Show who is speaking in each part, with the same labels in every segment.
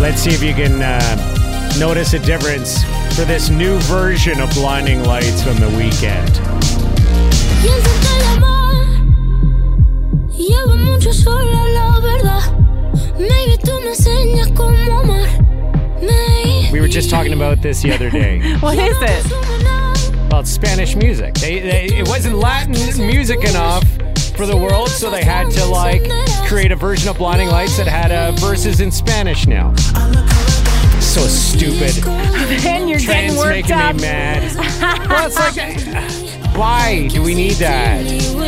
Speaker 1: Let's see if you can uh, notice a difference for this new version of Blinding Lights from the weekend.
Speaker 2: Pienso que el amor lleva mucho sola, la verdad. Maybe tú me enseñas cómo amar. Maybe.
Speaker 1: We were just talking about this the other day.
Speaker 3: What is it?
Speaker 1: Well, it's Spanish music. They, they, it wasn't Latin music enough for the world, so they had to like create a version of Blinding Lights that had uh, verses in Spanish now. So stupid.
Speaker 3: Ben, you're getting
Speaker 1: Trends
Speaker 3: worked
Speaker 1: making
Speaker 3: up.
Speaker 1: me mad. well, it's like, uh, why do we need that?
Speaker 2: Oh,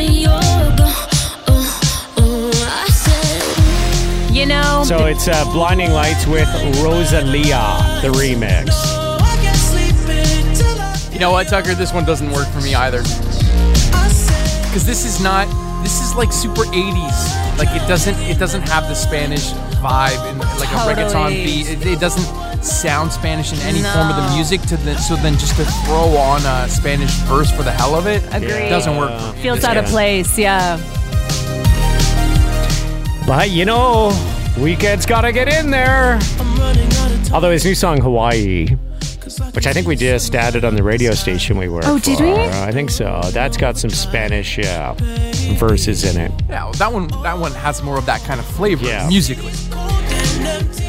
Speaker 3: You know,
Speaker 1: So it's uh, Blinding Lights with Rosalia, the remix.
Speaker 2: "Oh,
Speaker 4: You know what, Tucker? This one doesn't work for me either. Cause this is not. This is like super 80s. Like it doesn't. It doesn't have the Spanish vibe and like a reggaeton
Speaker 3: Totally.
Speaker 4: beat. It, it doesn't sound Spanish in any form of the music. To the, so then just to throw on a Spanish verse for the hell of it,
Speaker 3: Agreed.
Speaker 4: doesn't work. For me.
Speaker 3: feels
Speaker 4: This
Speaker 3: out of
Speaker 4: guy.
Speaker 3: place. Yeah.
Speaker 1: But you know, weekend's gotta get in there. Although his new song Hawaii, which I think we just added on the radio station we were.
Speaker 3: Oh, did
Speaker 1: for,
Speaker 3: we?
Speaker 1: I think so. That's got some Spanish uh, verses in it.
Speaker 4: Yeah, well, that one. That one has more of that kind of flavor
Speaker 1: Yeah.
Speaker 4: musically.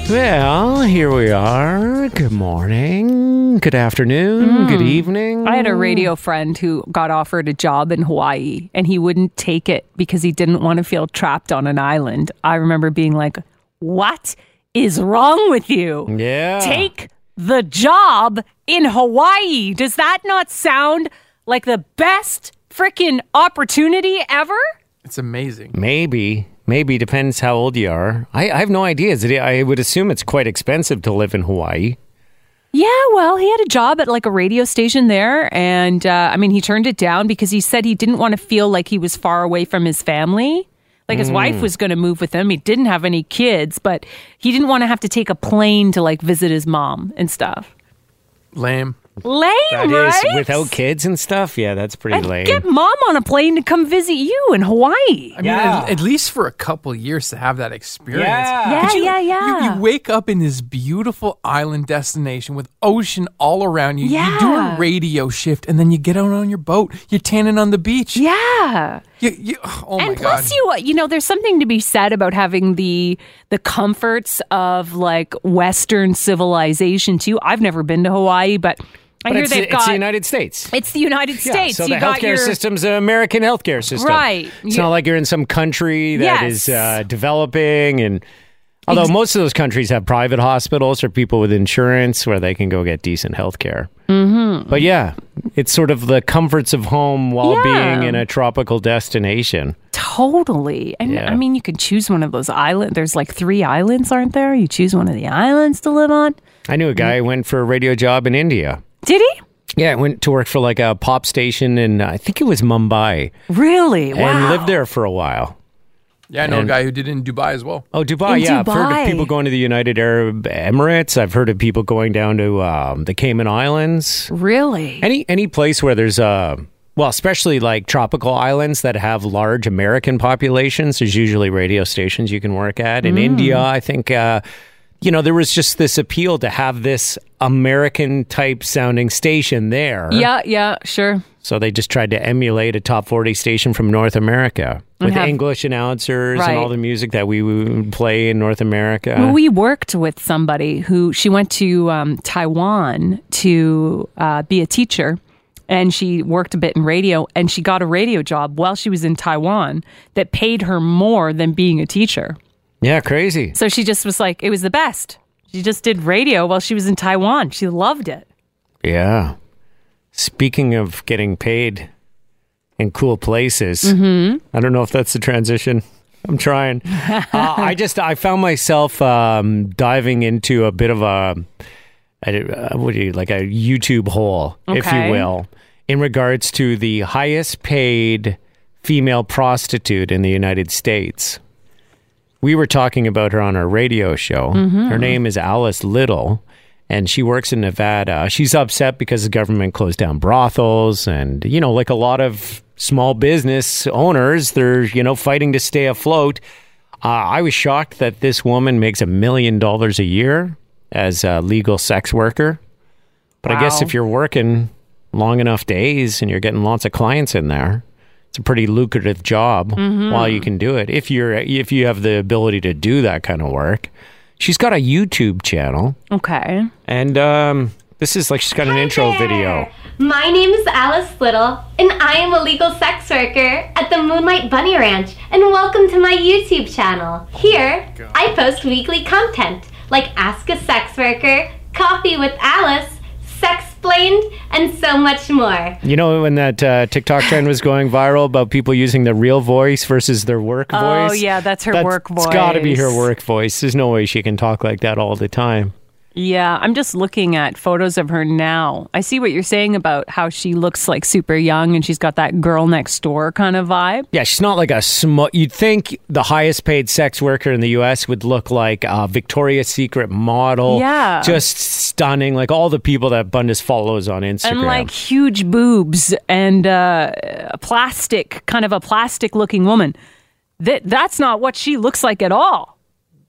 Speaker 1: Well, here we are. Good morning. Good afternoon. Good evening.
Speaker 3: Mm. I had a radio friend who got offered a job in Hawaii and he wouldn't take it because he didn't want to feel trapped on an island. I remember being like, what is wrong with you?
Speaker 1: yeah.
Speaker 3: Take the job in Hawaii. Does that not sound like the best freaking opportunity ever?
Speaker 4: It's amazing.
Speaker 1: Maybe. Maybe depends how old you are. I, I have no idea. Is it- I would assume it's quite expensive to live in Hawaii.
Speaker 3: Yeah, well, he had a job at like a radio station there. And uh, I mean, he turned it down because he said he didn't want to feel like he was far away from his family. Like his
Speaker 1: Mm.
Speaker 3: wife was going to move with him. He didn't have any kids, but he didn't want to have to take a plane to like visit his mom and stuff.
Speaker 4: Lame.
Speaker 3: Lame,
Speaker 1: That is
Speaker 3: right?
Speaker 1: without kids and stuff. Yeah, that's pretty
Speaker 3: I'd
Speaker 1: lame.
Speaker 3: Get mom on a plane to come visit you in Hawaii.
Speaker 4: I mean, at, at least for a couple years to have that experience.
Speaker 1: Yeah.
Speaker 3: Yeah,
Speaker 4: But you-
Speaker 3: yeah, yeah.
Speaker 4: You, you wake up in this beautiful island destination with ocean all around you. You do a
Speaker 3: Yeah.
Speaker 4: radio shift, and then you get out on your boat. You're tanning on the beach.
Speaker 3: Yeah.
Speaker 4: You, you, oh my
Speaker 3: and plus
Speaker 4: god.
Speaker 3: you uh, you know there's something to be said about having the the comforts of like western civilization too i've never been to hawaii but i
Speaker 1: But
Speaker 3: hear
Speaker 1: it's,
Speaker 3: they've
Speaker 1: it's
Speaker 3: got
Speaker 1: the United States.
Speaker 3: it's the united
Speaker 1: Yeah,
Speaker 3: states
Speaker 1: so
Speaker 3: you
Speaker 1: the
Speaker 3: got
Speaker 1: healthcare
Speaker 3: your
Speaker 1: system's an American healthcare system.
Speaker 3: Right.
Speaker 1: It's
Speaker 3: You-
Speaker 1: not like you're in some country that is
Speaker 3: Yes.
Speaker 1: uh, developing and. Although most of those countries have private hospitals or people with insurance where they can go get decent health care. Mm-hmm. But yeah, it's sort of the comforts of home while
Speaker 3: Yeah.
Speaker 1: being in a tropical destination.
Speaker 3: totally and
Speaker 1: Yeah.
Speaker 3: i mean you can choose one of those islands there's like three islands aren't there you choose one of the islands to live on
Speaker 1: I knew a guy who went for a radio job in India.
Speaker 3: did he
Speaker 1: Yeah, went to work for like a pop station in, I think it was Mumbai,
Speaker 3: really wow
Speaker 1: and lived there for a while.
Speaker 4: yeah, I know a guy who did it in Dubai as well.
Speaker 1: Oh, Dubai,
Speaker 3: In
Speaker 1: yeah. I've heard of
Speaker 3: Dubai.
Speaker 1: people going to the United Arab Emirates. I've heard of people going down to um, the Cayman Islands.
Speaker 3: really
Speaker 1: Any any place where there's uh, well, especially like tropical islands that have large American populations. There's usually radio stations you can work at.
Speaker 3: Mm.
Speaker 1: In India, I think uh, you know there was just this appeal to have this American type sounding station there.
Speaker 3: yeah yeah sure
Speaker 1: So they just tried to emulate a top 40 station from North America with
Speaker 3: have-
Speaker 1: English announcers
Speaker 3: Uh-huh. Right.
Speaker 1: and all the music that we would play in North America.
Speaker 3: Well, we worked with somebody who she went to um, Taiwan to uh, be a teacher, and she worked a bit in radio, and she got a radio job while she was in Taiwan that paid her more than being a teacher.
Speaker 1: yeah, crazy.
Speaker 3: So she just was like, it was the best. She just did radio while she was in Taiwan. She loved it.
Speaker 1: Yeah. Speaking of
Speaker 3: Mm-hmm.
Speaker 1: getting paid in cool places, I don't know if that's the transition I'm trying. Uh, I just I found myself um, diving into a bit of a I did- uh, what do you like a YouTube hole, if
Speaker 3: Okay.
Speaker 1: you will, in regards to the highest paid female prostitute in the United States. We were talking about her on our radio show. Her name is Alice Little, and she works in Nevada. She's upset because the government closed down brothels, and you know, like a lot of small business owners, they're you know fighting to stay afloat. Uh, I was shocked that this woman makes a million dollars a year as a legal sex worker. But I guess
Speaker 3: Wow.
Speaker 1: if you're working long enough days and you're getting lots of clients in there, it's a pretty lucrative job
Speaker 3: Mm-hmm.
Speaker 1: while you can do it. If you're if you have the ability to do that kind of work. She's got a YouTube channel
Speaker 3: Okay.
Speaker 1: and um this is like she's got an intro video.
Speaker 5: My name is Alice Little, and I am a legal sex worker at the Moonlight Bunny Ranch. And welcome to my YouTube channel. Here, I post weekly content like Ask a Sex Worker, Coffee with Alice, Sexplained, and so much more.
Speaker 1: You know when that uh, TikTok trend was going viral about people using their real voice versus their work
Speaker 3: Oh,
Speaker 1: voice?
Speaker 3: yeah, that's her work
Speaker 1: It's got to be her
Speaker 3: voice.
Speaker 1: work voice. There's no way she can talk like that all the time.
Speaker 3: Yeah, I'm just looking at photos of her now. I see what you're saying about how she looks like super young and she's got that girl next door kind of vibe.
Speaker 1: Yeah, she's not like a small. You'd think the highest paid sex worker in the U.S. would look like a Victoria's Secret model.
Speaker 3: Yeah.
Speaker 1: Just stunning. Like all the people that Bundes follows on Instagram.
Speaker 3: And like huge boobs and uh, a plastic, kind of a plastic looking woman. That That's not what she looks like at all.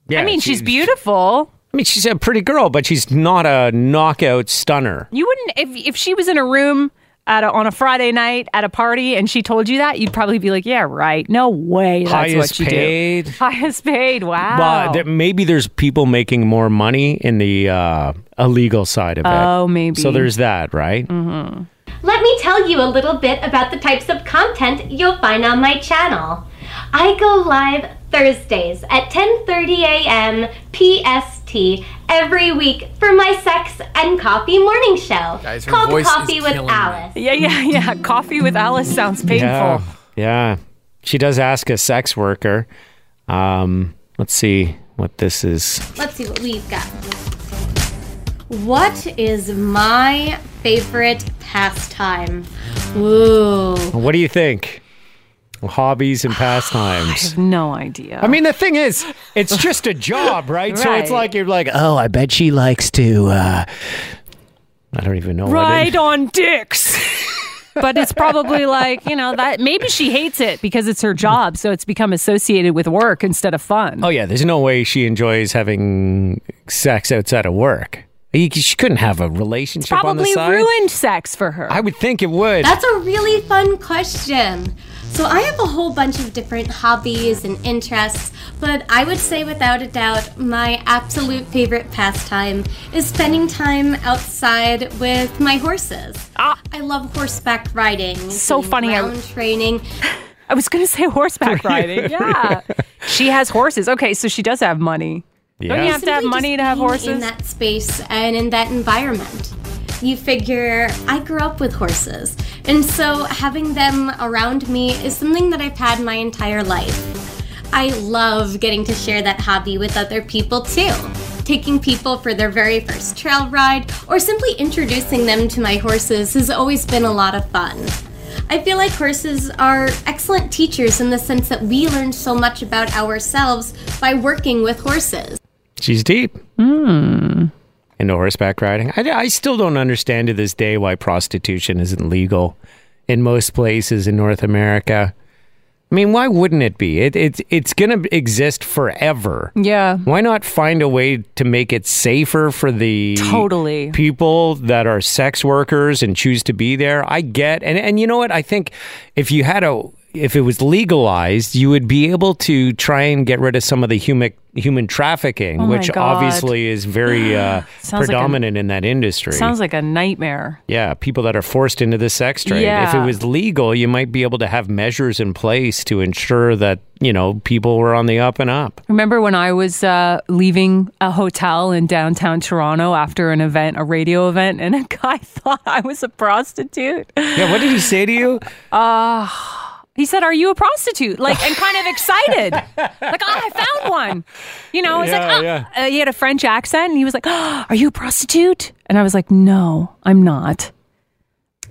Speaker 1: Yeah,
Speaker 3: I mean, she's beautiful.
Speaker 1: I mean, she's a pretty girl, but she's not a knockout stunner.
Speaker 3: You wouldn't, if, if she was in a room at a, on a Friday night at a party and she told you that, you'd probably be like, yeah, right. No way. That's
Speaker 1: Highest
Speaker 3: what you
Speaker 1: paid.
Speaker 3: do. Highest paid. Wow.
Speaker 1: Well, there, maybe there's people making more money in the uh, illegal side of it.
Speaker 3: Oh, maybe.
Speaker 1: So there's that, right?
Speaker 5: Let me tell you a little bit about the types of content you'll find on my channel. I go live Thursdays at 10:30 a.m. PST every week for my sex and coffee morning show
Speaker 4: Guys, her
Speaker 5: called
Speaker 4: voice is
Speaker 5: Coffee with
Speaker 4: killing me.
Speaker 5: Alice.
Speaker 3: Yeah, yeah, yeah. Coffee with Alice sounds painful.
Speaker 1: Yeah. Yeah. She does ask a sex worker. Um, let's see what this is.
Speaker 6: Let's see what we've got. What is my favorite pastime? Ooh.
Speaker 1: What do you think? Hobbies and pastimes.
Speaker 3: No idea.
Speaker 1: I mean, the thing is, it's just a job, right? So it's
Speaker 3: Right.
Speaker 1: like you're like, oh, I bet she likes to. Uh, I don't even know. what it-
Speaker 3: ride on dicks. but it's probably like, you know, that maybe she hates it because it's her job. So it's become associated with work instead of fun.
Speaker 1: Oh yeah, there's no way she enjoys having sex outside of work. You- She couldn't have a relationship on the
Speaker 3: probably
Speaker 1: side.
Speaker 3: ruined sex for her.
Speaker 1: I would think it would.
Speaker 6: That's a really fun question. So, I have a whole bunch of different hobbies and interests, but I would say without a doubt, my absolute favorite pastime is spending time outside with my horses.
Speaker 3: Ah.
Speaker 6: I love horseback riding.
Speaker 3: So
Speaker 6: doing
Speaker 3: funny, I-
Speaker 6: Ground training.
Speaker 3: I was going to say horseback riding. Yeah. she has horses. Okay, so she does have money.
Speaker 1: yeah.
Speaker 3: yeah. have to have
Speaker 6: simply
Speaker 3: money
Speaker 6: just
Speaker 3: to have
Speaker 6: being
Speaker 3: horses?
Speaker 6: in that space and in that environment. You figure I grew up with horses, and so having them around me is something that I've had my entire life. I love getting to share that hobby with other people too. Taking people for their very first trail ride or simply introducing them to my horses has always been a lot of fun. I feel like horses are excellent teachers in the sense that we learn so much about ourselves by working with horses.
Speaker 1: She's deep.
Speaker 3: Hmm.
Speaker 1: Into horseback riding. I, I still don't understand to this day why prostitution isn't legal in most places in North America. I mean, why wouldn't it be? It, it's it's going to exist forever.
Speaker 3: Yeah.
Speaker 1: Why not find a way to make it safer for the
Speaker 3: Totally.
Speaker 1: people that are sex workers and choose to be there? I get and and you know what? I think if you had a if it was legalized, you would be able to try and get rid of some of the human human trafficking,
Speaker 3: Oh my
Speaker 1: which
Speaker 3: God.
Speaker 1: obviously is very uh,
Speaker 3: Sounds like a-
Speaker 1: predominant in that industry.
Speaker 3: Sounds like a nightmare.
Speaker 1: yeah, people that are forced into the sex trade. If
Speaker 3: Yeah.
Speaker 1: it was legal, you might be able to have measures in place to ensure that you know people were on the up and up.
Speaker 3: Remember when I was uh, leaving a hotel in downtown Toronto after an event, a radio event, and a guy thought I was a prostitute?
Speaker 1: Yeah, what did he say to you?
Speaker 3: He said, "Are you a prostitute?" Like, and kind of excited, like, "Oh, I found one." You know, it's
Speaker 1: Yeah,
Speaker 3: like, oh.
Speaker 1: yeah.
Speaker 3: Uh, he had a French accent, and he was like, oh, "Are you a prostitute?" And I was like, "No, I'm not."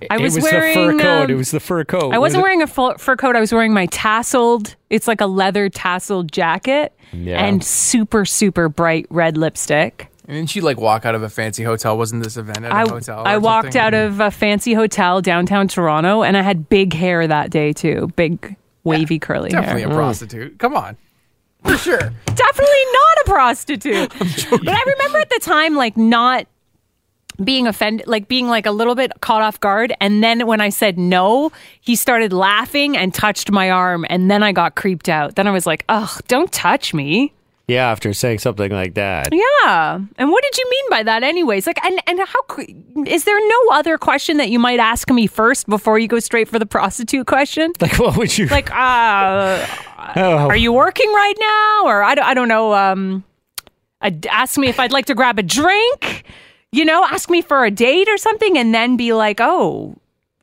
Speaker 3: I was,
Speaker 1: it was the
Speaker 3: wearing
Speaker 1: fur coat.
Speaker 3: um,
Speaker 1: it was the fur coat.
Speaker 3: I wasn't
Speaker 1: Was
Speaker 3: wearing a full fur coat. I was wearing my tasseled. It's like a leather tasseled jacket
Speaker 1: Yeah.
Speaker 3: and super super bright red lipstick.
Speaker 4: And didn't she like walk out of a fancy hotel? Wasn't this event at a
Speaker 3: I
Speaker 4: hotel? or
Speaker 3: I walked
Speaker 4: something?
Speaker 3: out of a fancy hotel downtown Toronto, and I had big hair that day too. Big wavy curly
Speaker 4: Definitely
Speaker 3: hair.
Speaker 4: a prostitute. Come on. For sure.
Speaker 3: Definitely not a prostitute. but I remember at the time, like not being offended, like being like a little bit caught off guard. And then when I said no, he started laughing and touched my arm, and then I got creeped out. Then I was like, "Ugh, don't touch me."
Speaker 1: it- yeah, after saying something like that.
Speaker 3: Yeah. And what did you mean by that, anyways? Like, and and how cre- is there no other question that you might ask me first before you go straight for the prostitute question?
Speaker 1: Like, what would you?
Speaker 3: Like, uh,
Speaker 1: oh,
Speaker 3: are you working right now? Or I don't, I don't know. Um, a, ask me if I'd like to grab a drink. You know, ask me for a date or something, and then be like, oh,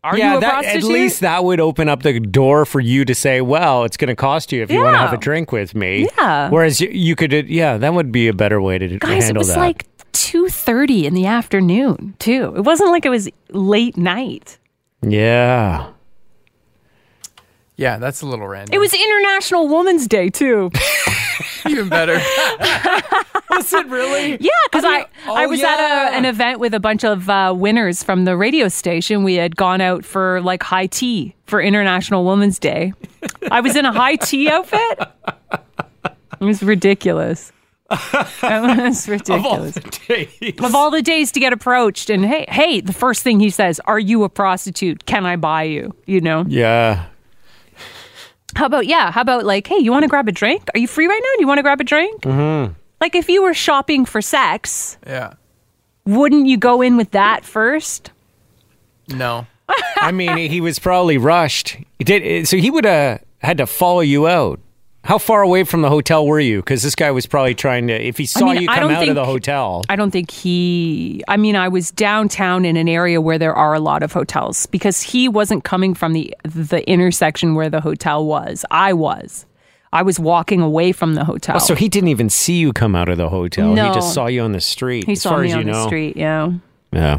Speaker 3: are
Speaker 1: yeah,
Speaker 3: you a
Speaker 1: that,
Speaker 3: prostitute?
Speaker 1: at least that would open up the door for you to say, "Well, it's going to cost you if you want to
Speaker 3: Yeah.
Speaker 1: have a drink with me."
Speaker 3: Yeah.
Speaker 1: Whereas you, you could, uh, yeah, that would be a better way to d-
Speaker 3: guys, it
Speaker 1: handle
Speaker 3: was
Speaker 1: that.
Speaker 3: like two thirty in the afternoon too. It wasn't like it was late night.
Speaker 1: yeah.
Speaker 4: Yeah, that's a little random.
Speaker 3: It was International Woman's Day too.
Speaker 4: even better. was it really?
Speaker 3: Yeah, because I,
Speaker 4: oh,
Speaker 3: I was at
Speaker 4: yeah.
Speaker 3: a, an event with a bunch of uh, winners from the radio station. We had gone out for like high tea for International Women's Day. I was in a high tea outfit. It was ridiculous. It was ridiculous. Of all the days to get approached, and hey, hey, the first thing he says, "Are you a prostitute? Can I buy you?" You know.
Speaker 1: Yeah.
Speaker 3: How about yeah? How about like, hey, you want to grab a drink? Are you free right now? Do you want to grab a drink? Mm-hmm. Like if you were shopping for sex.
Speaker 4: Yeah.
Speaker 3: Wouldn't you go in with that first?
Speaker 4: No.
Speaker 1: I mean, he was probably rushed. He did eh, so he would have had to follow you out. How far away from the hotel were you? Because this guy was probably trying to. If he saw
Speaker 3: mean,
Speaker 1: you
Speaker 3: I
Speaker 1: come
Speaker 3: don't
Speaker 1: out of the
Speaker 3: think-
Speaker 1: hotel,
Speaker 3: I don't think he. I mean, I was downtown in an area where there are a lot of hotels because he wasn't coming from the the intersection where the hotel was. I was. I was walking away from the hotel.
Speaker 1: Oh, so he didn't even see you come out of the hotel.
Speaker 3: No.
Speaker 1: He just saw you on the street.
Speaker 3: he
Speaker 1: as
Speaker 3: saw
Speaker 1: far
Speaker 3: me
Speaker 1: as you
Speaker 3: on the
Speaker 1: know.
Speaker 3: street. Yeah.
Speaker 1: Yeah.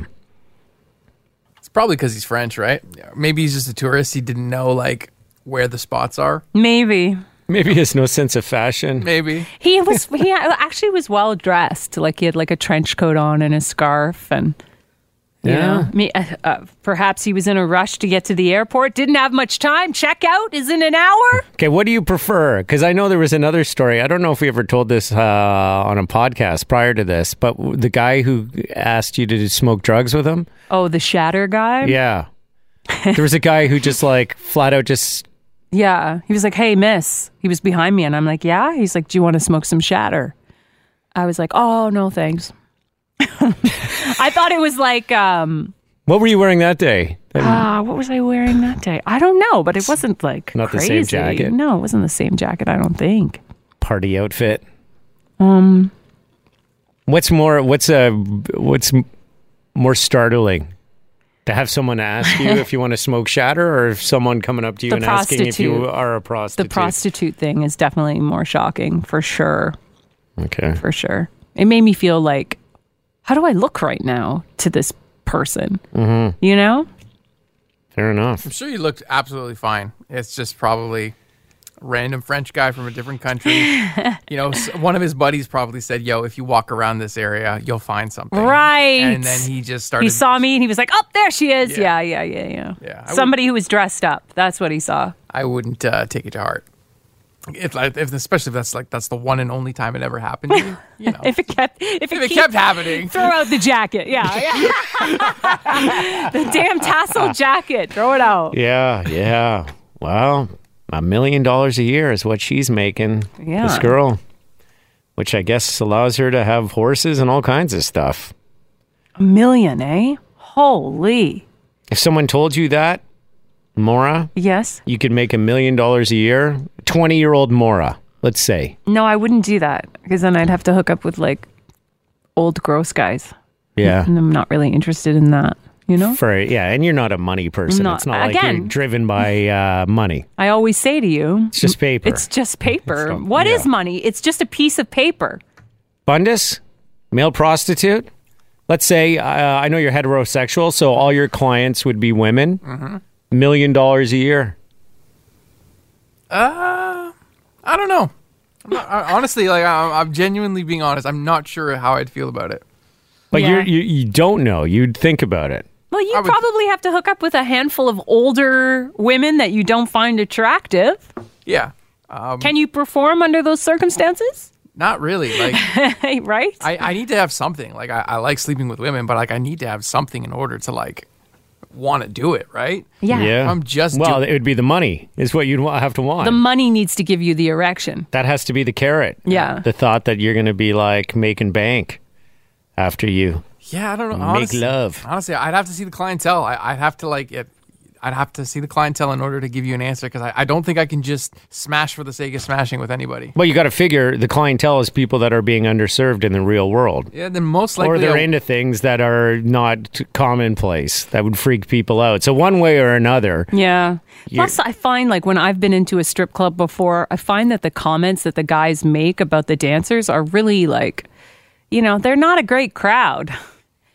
Speaker 4: It's probably because he's French, right? Yeah. Maybe he's just a tourist. He didn't know like where the spots are.
Speaker 3: Maybe
Speaker 1: Maybe he has no sense of fashion.
Speaker 4: Maybe.
Speaker 3: he was. he actually was well dressed. Like he had like a trench coat on and a scarf and.
Speaker 1: Yeah.
Speaker 3: Yeah. Me, uh, uh, perhaps he was in a rush to get to the airport, didn't have much time. Checkout is in an hour.
Speaker 1: Okay, what do you prefer? Because I know there was another story. I don't know if we ever told this uh, on a podcast prior to this, but w- the guy who asked you to smoke drugs with him.
Speaker 3: Oh, the shatter guy?
Speaker 1: Yeah. there was a guy who just like flat out just
Speaker 3: Yeah. He was like, hey, miss. He was behind me. And I'm like, yeah. He's like, do you want to smoke some shatter? I was like, oh, no, thanks. I thought it was like, um,
Speaker 1: What were you wearing that day?
Speaker 3: ah, what was I wearing that day? I don't know, but it wasn't like
Speaker 1: Not the same
Speaker 3: crazy.
Speaker 1: jacket?
Speaker 3: No, it wasn't the same jacket, I don't think.
Speaker 1: party outfit. Um What's more what's uh what's m- more startling? To have someone ask you if you want to smoke shatter or if someone coming up to you
Speaker 3: The
Speaker 1: and asking if you
Speaker 3: prostitute.
Speaker 1: are a
Speaker 3: The
Speaker 1: prostitute.
Speaker 3: prostitute thing is definitely more shocking for sure.
Speaker 1: okay.
Speaker 3: For sure. It made me feel like, how do I look right now to this person?
Speaker 1: Mm-hmm.
Speaker 3: You know?
Speaker 1: Fair enough.
Speaker 4: I'm sure you looked absolutely fine. It's just probably a random French guy from a different country. you know, s- one of his buddies probably said, "Yo, if you walk around this area, you'll find something."
Speaker 3: Right.
Speaker 4: And then he just started.
Speaker 3: He saw me and he was like, "Oh, there she is!" Yeah,
Speaker 4: Yeah.
Speaker 3: yeah, yeah, yeah.
Speaker 4: Yeah, I would-
Speaker 3: Somebody who was dressed up. That's what he saw.
Speaker 4: I wouldn't uh, take it to heart. If, like, if especially if that's like that's the one and only time it ever happened to you, you know.
Speaker 3: If it kept, if it,
Speaker 4: if it
Speaker 3: keep-
Speaker 4: kept happening,
Speaker 3: throw out the jacket. Yeah, yeah. the damn tassel jacket. Throw it out.
Speaker 1: Yeah, yeah. Well, a million dollars a year is what she's making.
Speaker 3: Yeah.
Speaker 1: This girl, which I guess allows her to have horses and all kinds of stuff.
Speaker 3: A million, eh? Holy.
Speaker 1: If someone told you that, Mora,
Speaker 3: Yes.
Speaker 1: you could make a million dollars a year. 20 year old Mora, let's say.
Speaker 3: No, I wouldn't do that because then I'd have to hook up with like old gross guys,
Speaker 1: Yeah.
Speaker 3: and I'm not really interested in that. You know,
Speaker 1: For yeah, and you're not a money person.
Speaker 3: not-
Speaker 1: it's not like you're
Speaker 3: again.
Speaker 1: driven by uh, money.
Speaker 3: I always say to you,
Speaker 1: It's just paper.
Speaker 3: Mm, it's just paper. What
Speaker 1: So,
Speaker 3: is
Speaker 1: yeah.
Speaker 3: money? It's just a piece of paper.
Speaker 1: Bundes, male prostitute. Let's say uh, I know you're heterosexual, so all your clients would be women.
Speaker 3: Mm-hmm.
Speaker 1: Million dollars a year.
Speaker 4: I don't know. I'm not- I- honestly, like I'm, I'm genuinely being honest. I'm not sure how I'd feel about it.
Speaker 1: But
Speaker 3: Yeah.
Speaker 1: you're, you you don't know. You'd think about it.
Speaker 3: Well, you
Speaker 4: I would-
Speaker 3: probably have to hook up with a handful of older women that you don't find attractive.
Speaker 4: Yeah, Um,
Speaker 3: Can you perform under those circumstances?
Speaker 4: not really. Like
Speaker 3: Hey, right?
Speaker 4: I, I need to have something. Like I, I like sleeping with women, but like I need to have something in order to like want to do it. Right?
Speaker 3: yeah.
Speaker 4: I'm just
Speaker 1: well.
Speaker 4: do-
Speaker 1: it would be the money is what you'd wa- have to want.
Speaker 3: The money needs to give you the erection.
Speaker 1: that has to be the carrot.
Speaker 3: Yeah.
Speaker 1: The thought that you're going to be like making bank after you.
Speaker 4: Yeah, I don't know.
Speaker 1: Make
Speaker 4: honestly-
Speaker 1: love.
Speaker 4: Honestly, I'd have to see the clientele. I, I'd have to like it. I'd have to see the clientele in order to give you an answer because I, I don't think I can just smash for the sake of smashing with anybody.
Speaker 1: Well, you got to figure the clientele is people that are being underserved in the real world.
Speaker 4: Yeah, then most likely
Speaker 1: or they're
Speaker 4: I-
Speaker 1: into things that are not commonplace that would freak people out. So one way or another,
Speaker 3: Yeah. Plus, I find like when I've been into a strip club before, I find that the comments that the guys make about the dancers are really like, you know, they're not a great crowd.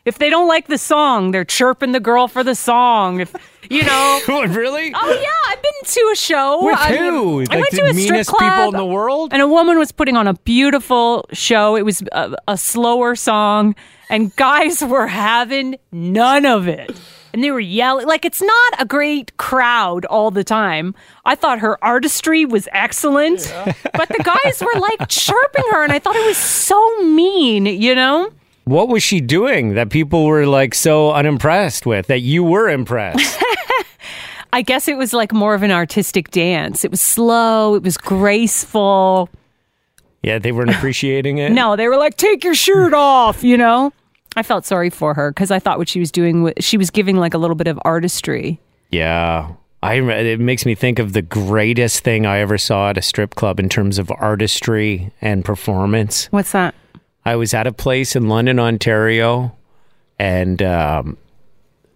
Speaker 3: If they don't like the song, they're chirping the girl for the song. If you know,
Speaker 1: What, really?
Speaker 3: Oh yeah, I've been to a show.
Speaker 1: With
Speaker 3: I
Speaker 1: who?
Speaker 3: I
Speaker 1: Like
Speaker 3: went
Speaker 1: the
Speaker 3: to a strip
Speaker 1: meanest people
Speaker 3: club,
Speaker 1: in the world?
Speaker 3: and a woman was putting on a beautiful show. It was a, a slower song, and guys were having none of it. And they were yelling. Like, it's not a great crowd all the time. I thought her artistry was excellent, but the guys were like chirping her, and I thought it was so mean, you know?
Speaker 1: What was she doing that people were like so unimpressed with that you were impressed?
Speaker 3: I guess it was like more of an artistic dance. It was slow, it was graceful.
Speaker 1: yeah, they weren't appreciating it.
Speaker 3: No, they were like, take your shirt off, you know? I felt sorry for her because I thought what she was doing, wa- she was giving like a little bit of artistry.
Speaker 1: Yeah. I it makes me think of the greatest thing I ever saw at a strip club in terms of artistry and performance.
Speaker 3: What's that?
Speaker 1: I was at a place in London, Ontario, and um,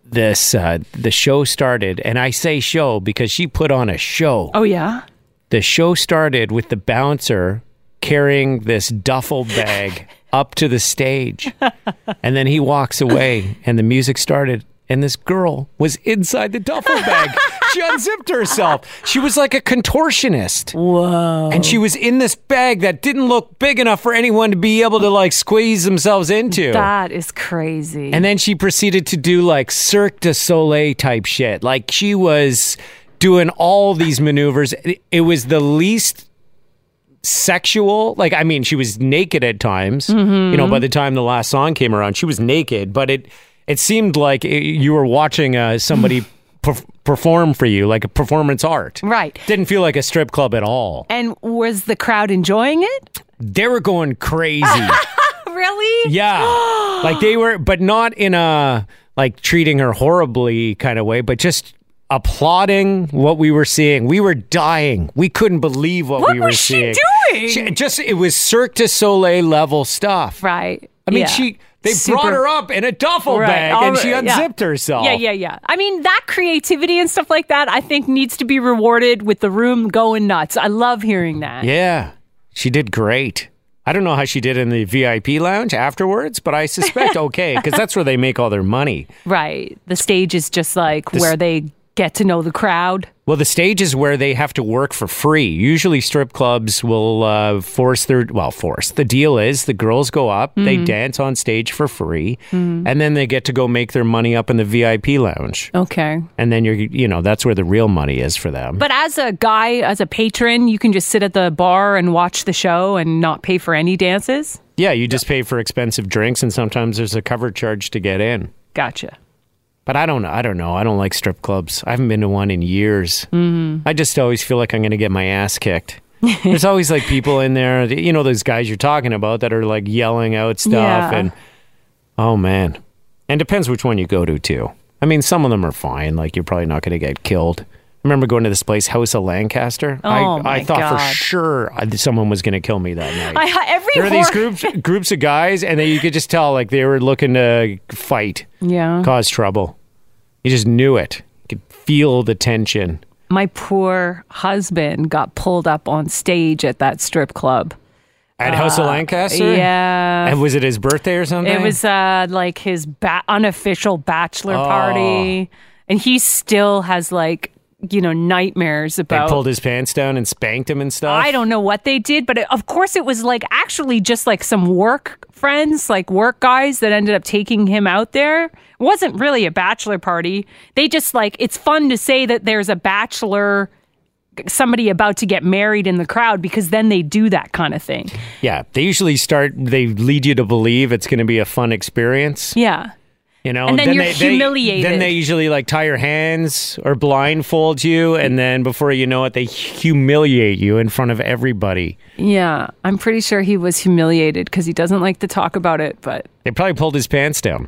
Speaker 1: this uh, the show started. And I say show because she put on a show.
Speaker 3: Oh, yeah.
Speaker 1: The show started with the bouncer carrying this duffel bag up to the stage, and then he walks away, and the music started. And this girl was inside the duffel bag. she unzipped herself. She was like a contortionist. And she was in this bag that didn't look big enough for anyone to be able to like squeeze themselves into.
Speaker 3: That is crazy.
Speaker 1: and then she proceeded to do like Cirque du Soleil type shit. Like she was doing all these maneuvers. It- It was the least sexual. Like, I mean, she was naked at times. You know, by the time the last song came around, she was naked, but it, it seemed like it, you were watching uh, somebody perf- perform for you, like a performance art.
Speaker 3: right.
Speaker 1: Didn't feel like a strip club at all.
Speaker 3: And was the crowd enjoying it?
Speaker 1: They were going crazy.
Speaker 3: Really?
Speaker 1: Yeah. like they were, but not in a like treating her horribly kind of way, but just applauding what we were seeing. We were dying. We couldn't believe what,
Speaker 3: What
Speaker 1: we were
Speaker 3: was
Speaker 1: seeing.
Speaker 3: she doing?
Speaker 1: She- just it was Cirque du Soleil level stuff.
Speaker 3: Right.
Speaker 1: I mean,
Speaker 3: Yeah.
Speaker 1: she they
Speaker 3: Super-
Speaker 1: brought her up in a duffel
Speaker 3: Right.
Speaker 1: bag
Speaker 3: All
Speaker 1: and she
Speaker 3: right. Yeah.
Speaker 1: unzipped herself.
Speaker 3: Yeah, yeah, yeah. I mean, that creativity and stuff like that, I think needs to be rewarded with the room going nuts. I love hearing that.
Speaker 1: Yeah. She did great. I don't know how she did in the VIP lounge afterwards, but I suspect okay, because that's where they make all their money.
Speaker 3: Right. The stage is just like where they get to know the crowd.
Speaker 1: Well, the stage is where they have to work for free. Usually, strip clubs will uh, force their well, force. The deal is the girls go up, they dance on stage for free, and then they get to go make their money up in the VIP lounge.
Speaker 3: Okay.
Speaker 1: And then you're, you know, that's where the real money is for them.
Speaker 3: But as a guy, as a patron, you can just sit at the bar and watch the show and not pay for any dances.
Speaker 1: yeah, you just pay for expensive drinks, and sometimes there's a cover charge to get in.
Speaker 3: Gotcha.
Speaker 1: But I don't know. I don't know. I don't like strip clubs. I haven't been to one in years. Mm-hmm. I just always feel like I'm going to get my ass kicked. There's always like people in there, you know, those guys you're talking about that are like yelling out stuff.
Speaker 3: Yeah.
Speaker 1: And oh, man. And depends which one you go to, too. I mean, some of them are fine. Like you're probably not going to get killed. I remember going to this place, House of Lancaster.
Speaker 3: Oh,
Speaker 1: I, I
Speaker 3: my
Speaker 1: thought for
Speaker 3: God.
Speaker 1: sure I- someone was going to kill me that night.
Speaker 3: I, ha- every
Speaker 1: there were these
Speaker 3: horror-
Speaker 1: groups groups of guys, and then you could just tell like they were looking to fight,
Speaker 3: Yeah.
Speaker 1: cause trouble. You just knew it. You could feel the tension.
Speaker 3: My poor husband got pulled up on stage at that strip club.
Speaker 1: At House of Lancaster?
Speaker 3: Uh, Yeah.
Speaker 1: And was it his birthday or something?
Speaker 3: It was uh, like his ba- unofficial bachelor
Speaker 1: Oh.
Speaker 3: party, and he still has like you know nightmares
Speaker 1: They
Speaker 3: about.
Speaker 1: pulled his pants down and spanked him and stuff.
Speaker 3: I don't know what they did, but it, of course it was like actually just like some work friends, like work guys that ended up taking him out there. It wasn't really a bachelor party. They just like it's fun to say that there's a bachelor somebody about to get married in the crowd because then they do that kind of thing.
Speaker 1: Yeah, they usually start. They lead you to believe it's going to be a fun experience.
Speaker 3: Yeah.
Speaker 1: You know,
Speaker 3: And then you're
Speaker 1: they,
Speaker 3: humiliated.
Speaker 1: They, then they usually like tie your hands or blindfold you, and then before you know it, they humiliate you in front of everybody.
Speaker 3: Yeah, I'm pretty sure he was humiliated because he doesn't like to talk about it. But
Speaker 1: They probably pulled his pants down.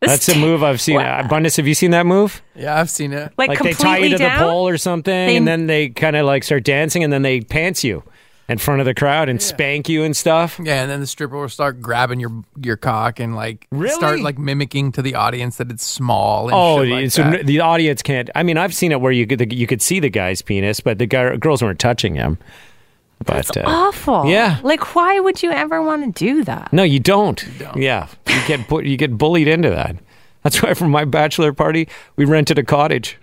Speaker 3: This-
Speaker 1: That's a move I've seen.
Speaker 3: Wow.
Speaker 1: Abundance, have you seen that move?
Speaker 4: Yeah, I've seen it.
Speaker 3: like,
Speaker 1: Like they
Speaker 3: completely
Speaker 1: tie you to
Speaker 3: down.
Speaker 1: the pole or something, and then they kind of like start dancing, and then they pants you in front of the crowd and spank you and stuff.
Speaker 4: Yeah, and then the stripper will start grabbing your your cock and like
Speaker 1: Really?
Speaker 4: start like mimicking to the audience that it's small. And
Speaker 1: Oh,
Speaker 4: shit like
Speaker 1: so
Speaker 4: that.
Speaker 1: n- the audience can't. I mean, I've seen it where you could you could see the guy's penis, but the guy, girls weren't touching him. But uh,
Speaker 3: Awful.
Speaker 1: Yeah.
Speaker 3: Like, why would you ever want to do that?
Speaker 1: no, you don't. Yeah, you get bu- you get bullied into that. That's why for my bachelor party, we rented a cottage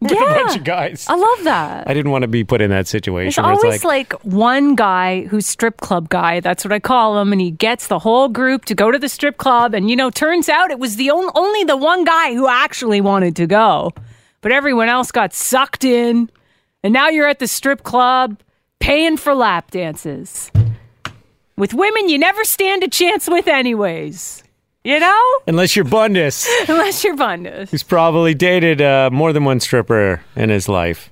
Speaker 1: with a bunch of guys.
Speaker 3: I love that.
Speaker 1: I didn't want to be put in that situation.
Speaker 3: There's
Speaker 1: where it's
Speaker 3: always like, one guy who's strip club guy. That's what I call him, and he gets the whole group to go to the strip club. And you know, turns out it was the on- only the one guy who actually wanted to go, but everyone else got sucked in, and now you're at the strip club paying for lap dances with women you never stand a chance with, anyways. You know,
Speaker 1: unless you're Bundes,
Speaker 3: unless you're Bundes.
Speaker 1: who's probably dated uh, more than one stripper in his life.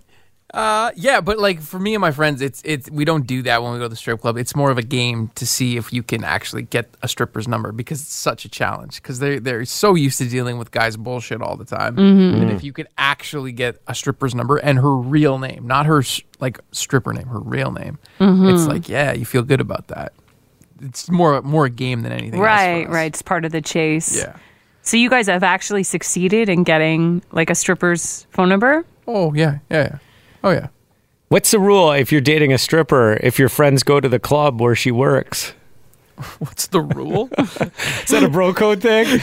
Speaker 4: Uh, yeah, but like for me and my friends, it's it's we don't do that when we go to the strip club. It's more of a game to see if you can actually get a stripper's number because it's such a challenge. Because they they're so used to dealing with guys bullshit all the time.
Speaker 3: Mm-hmm.
Speaker 4: And if you could actually get a stripper's number and her real name, not her s- like stripper name, her real name,
Speaker 3: Mm-hmm.
Speaker 4: it's like yeah, you feel good about that. It's more more a game than anything. else for
Speaker 3: Right,
Speaker 4: us.
Speaker 3: right. It's part of the chase.
Speaker 4: Yeah.
Speaker 3: So you guys have actually succeeded in getting like a stripper's phone number?
Speaker 4: Oh yeah, yeah, yeah. Oh yeah.
Speaker 1: What's the rule if you're dating a stripper? If your friends go to the club where she works.
Speaker 4: What's the rule?
Speaker 1: Is that a bro code thing?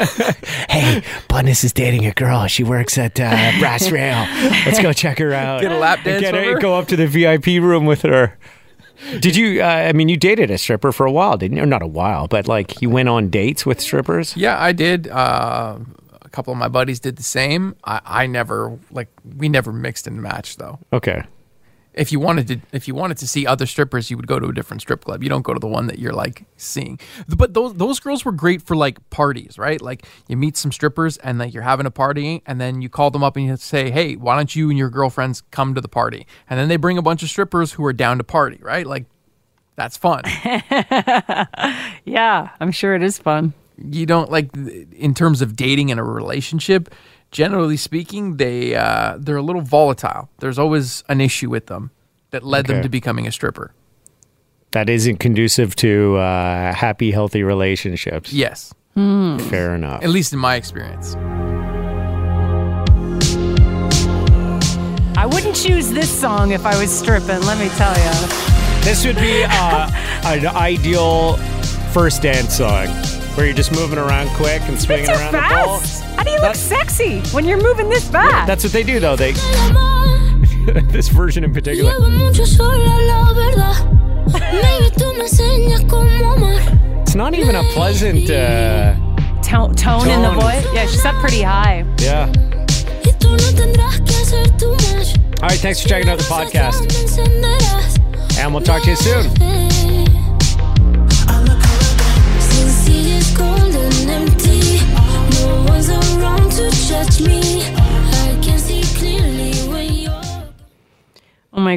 Speaker 1: hey, Bunnis is dating a girl. She works at uh, Brass Rail. Let's go check her out.
Speaker 4: Get a lap dance
Speaker 1: Get her-
Speaker 4: from her?
Speaker 1: Go up to the VIP room with her. Did you? Uh, I mean, you dated a stripper for a while, didn't you? Or not a while, but like you went on dates with strippers.
Speaker 4: Yeah, I did. Uh, a couple of my buddies did the same. I, I never like we never mixed and matched though.
Speaker 1: Okay.
Speaker 4: If you wanted to, if you wanted to see other strippers, you would go to a different strip club. You don't go to the one that you're like seeing. But those those girls were great for like parties, right? Like you meet some strippers and like you're having a party, and then you call them up and you say, "Hey, why don't you and your girlfriends come to the party?" And then they bring a bunch of strippers who are down to party, right? Like that's fun.
Speaker 3: Yeah, I'm sure it is fun.
Speaker 4: you don't like th- in terms of dating in a relationship generally speaking they uh, they're a little volatile there's always an issue with them that led
Speaker 1: Okay.
Speaker 4: them to becoming a stripper
Speaker 1: That isn't conducive to uh, happy, healthy relationships.
Speaker 4: yes
Speaker 1: Fair enough.
Speaker 4: at least in my experience
Speaker 3: I wouldn't choose this song if I was stripping, let me tell you.
Speaker 1: This would be uh, an ideal first dance song where you're just moving around quick and swinging
Speaker 3: Too
Speaker 1: around
Speaker 3: fast.
Speaker 1: the ball.
Speaker 3: How do you look
Speaker 1: That-
Speaker 3: sexy when you're moving this fast?
Speaker 1: That's what they do, though. They
Speaker 2: amor.
Speaker 1: this version in particular.
Speaker 2: Llevo mucho sola, la verdad. Maybe tú me enseñas cómo amar.
Speaker 1: It's not even a pleasant. Uh,
Speaker 3: tone, tone, in the
Speaker 1: Tone.
Speaker 3: voice. Yeah, she's up pretty high.
Speaker 1: yeah.
Speaker 2: Y tú no tendrás que hacer tu match.
Speaker 1: All right. Thanks for checking out the podcast,
Speaker 2: Me encenderás.
Speaker 1: and we'll talk to you soon.
Speaker 2: Since he is cold and empty, no one's around to judge me. I can see clearly when you're.
Speaker 3: Oh my